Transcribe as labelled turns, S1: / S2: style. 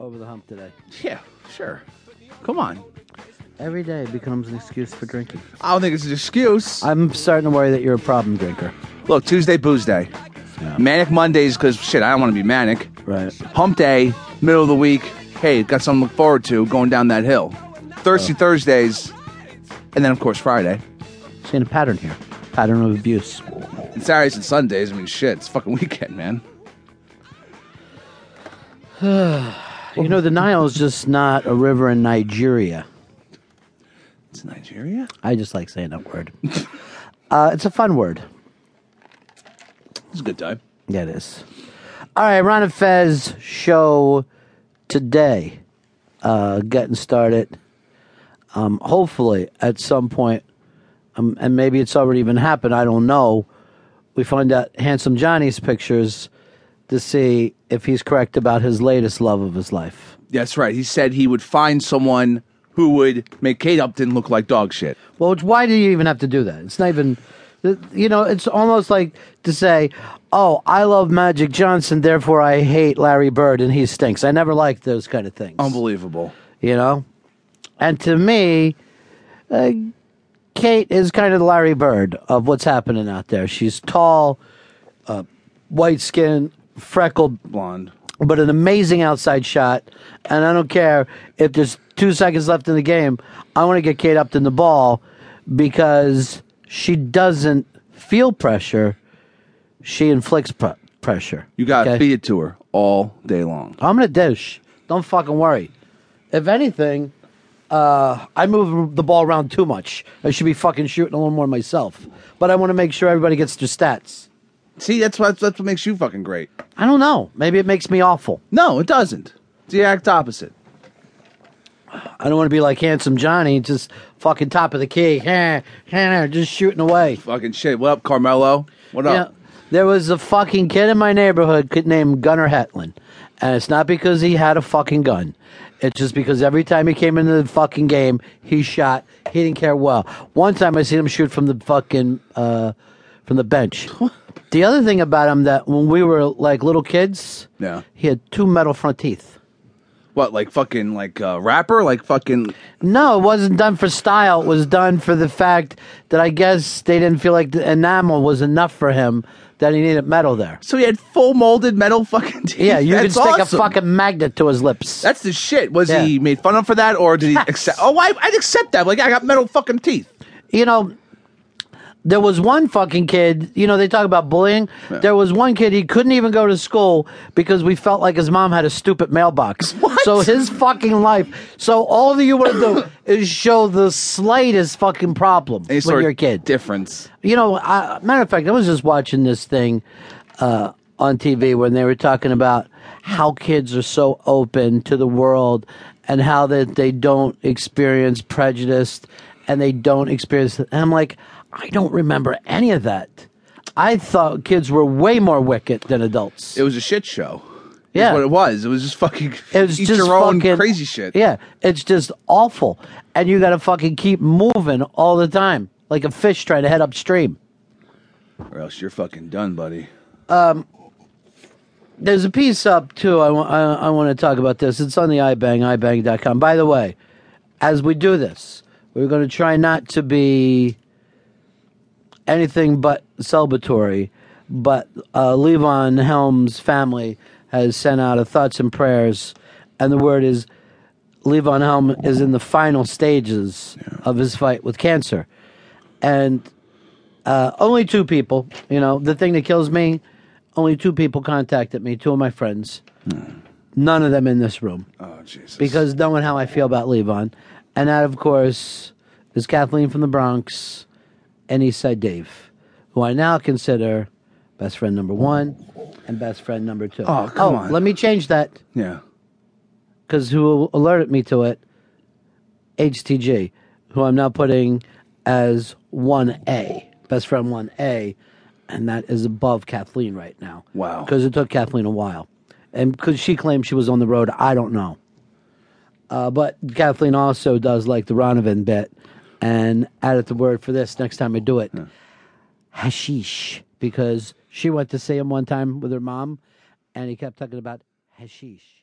S1: over the hump today.
S2: Yeah, sure. Come on.
S1: Every day becomes an excuse for drinking.
S2: I don't think it's an excuse.
S1: I'm starting to worry that you're a problem drinker.
S2: Look, Tuesday, booze day. Manic Mondays, because shit, I don't want to be manic.
S1: Right.
S2: Hump day, middle of the week. Hey, got something to look forward to going down that hill. Thirsty Thursdays, and then of course Friday.
S1: Seeing a pattern here. Pattern of abuse.
S2: And Saturdays and Sundays. I mean, shit, it's fucking weekend, man.
S1: You know, the Nile's just not a river in Nigeria.
S2: It's Nigeria.
S1: I just like saying that word. Uh, it's a fun word.
S2: It's a good time.
S1: Yeah, it is. All right, Ron and Fez show today. Uh, getting started. Um, hopefully, at some point, um, and maybe it's already even happened. I don't know. We find out handsome Johnny's pictures to see if he's correct about his latest love of his life.
S2: That's right. He said he would find someone who would make Kate Upton look like dog shit.
S1: Well, it's- why do you even have to do that? It's not even, you know, it's almost like to say, oh, I love Magic Johnson, therefore I hate Larry Bird and he stinks. I never liked those kind of things.
S2: Um, Unbelievable.
S1: You know? And to me, uh, Kate is kind of the Larry Bird of what's happening out there. She's tall, uh, white skinned, freckled,
S2: Blonde.
S1: but an amazing outside shot. And I don't care if there's two seconds left in the game. I want to get Kate Upton the ball because she doesn't feel pressure. She inflicts pr- pressure.
S2: You got to
S1: Okay?
S2: feed it to her all day long.
S1: I'm gonna dish. Don't fucking worry. If anything, uh, I move the ball around too much. I should be fucking shooting a little more myself. But I want to make sure everybody gets their stats.
S2: See, that's what that's what makes you fucking great.
S1: I don't know. Maybe it makes me awful.
S2: No, it doesn't. It's the act opposite.
S1: I don't want to be like handsome Johnny, just fucking top of the key, Heh, heh, just shooting away.
S2: Fucking shit. What up, Carmelo? What
S1: Yeah,
S2: up?
S1: there was a fucking kid in my neighborhood could- named Gunnar Hetlin, and it's not because he had a fucking gun. It's just because every time he came into the fucking game, he shot. He didn't care. Well, one time I seen him shoot from the fucking uh, from the bench. the other thing about him that when we were like little kids,
S2: Yeah.
S1: he had two metal front teeth.
S2: What like fucking like uh, rapper? Like fucking
S1: No, it wasn't done for style. It was done for the fact that I guess they didn't feel like the enamel was enough for him that he needed metal there.
S2: So he had full molded metal fucking teeth.
S1: Yeah, you
S2: That's
S1: could stick
S2: awesome.
S1: a fucking magnet to his lips.
S2: That's the shit. Was
S1: Yeah.
S2: he made fun of for that, or did he
S1: Yes.
S2: accept? Oh, I, I'd accept that. Like I got metal fucking teeth.
S1: you know, there was one fucking kid, you know, they talk about bullying. There was one kid, he couldn't even go to school because we felt like his mom had a stupid mailbox.
S2: What?
S1: So his fucking life. So all that you want to do is show the slightest fucking problem
S2: Any
S1: when
S2: sort
S1: you're a
S2: of
S1: kid.
S2: difference.
S1: You know, I, matter of fact, I was just watching this thing uh, on TV when they were talking about how kids are so open to the world and how that they don't experience prejudice and they don't experience. And I'm like, I don't remember any of that. I thought kids were way more wicked than adults.
S2: It was a shit show. Is
S1: Yeah.
S2: what it was. It was just fucking.
S1: It was
S2: eat
S1: just
S2: your own
S1: fucking-
S2: crazy shit.
S1: Yeah, it's just awful, and you got to fucking keep moving all the time, like a fish trying to head upstream.
S2: Or else you're fucking done, buddy.
S1: there's a piece up too. I want to talk about this. It's on the iBang, iBang.com. By the way, as we do this, we're going to try not to be anything but celebratory. But uh, Levon Helms' family has sent out a thoughts and prayers, and the word is Levon Helm is in the final stages of his fight with cancer, and uh, only two people. You know, the thing that kills me, only two people contacted me. Two of my friends, none of them in this room,
S2: Oh Jesus.
S1: because knowing how I feel about Levon, and that of course is Kathleen from the Bronx, and Eastside Dave, who I now consider best friend number one and best friend number two.
S2: Oh, come on.
S1: Let me change that
S2: yeah.
S1: because who alerted me to it? HTG, who I'm now putting as 1A, best friend 1A, and that is above Kathleen right now.
S2: Wow.
S1: Because it took Kathleen a while. And because she claimed she was on the road, I don't know. Uh, but Kathleen also does like the Ronovan bit and added the word for this next time I do it hashish, because she went to see him one time with her mom and he kept talking about hashish.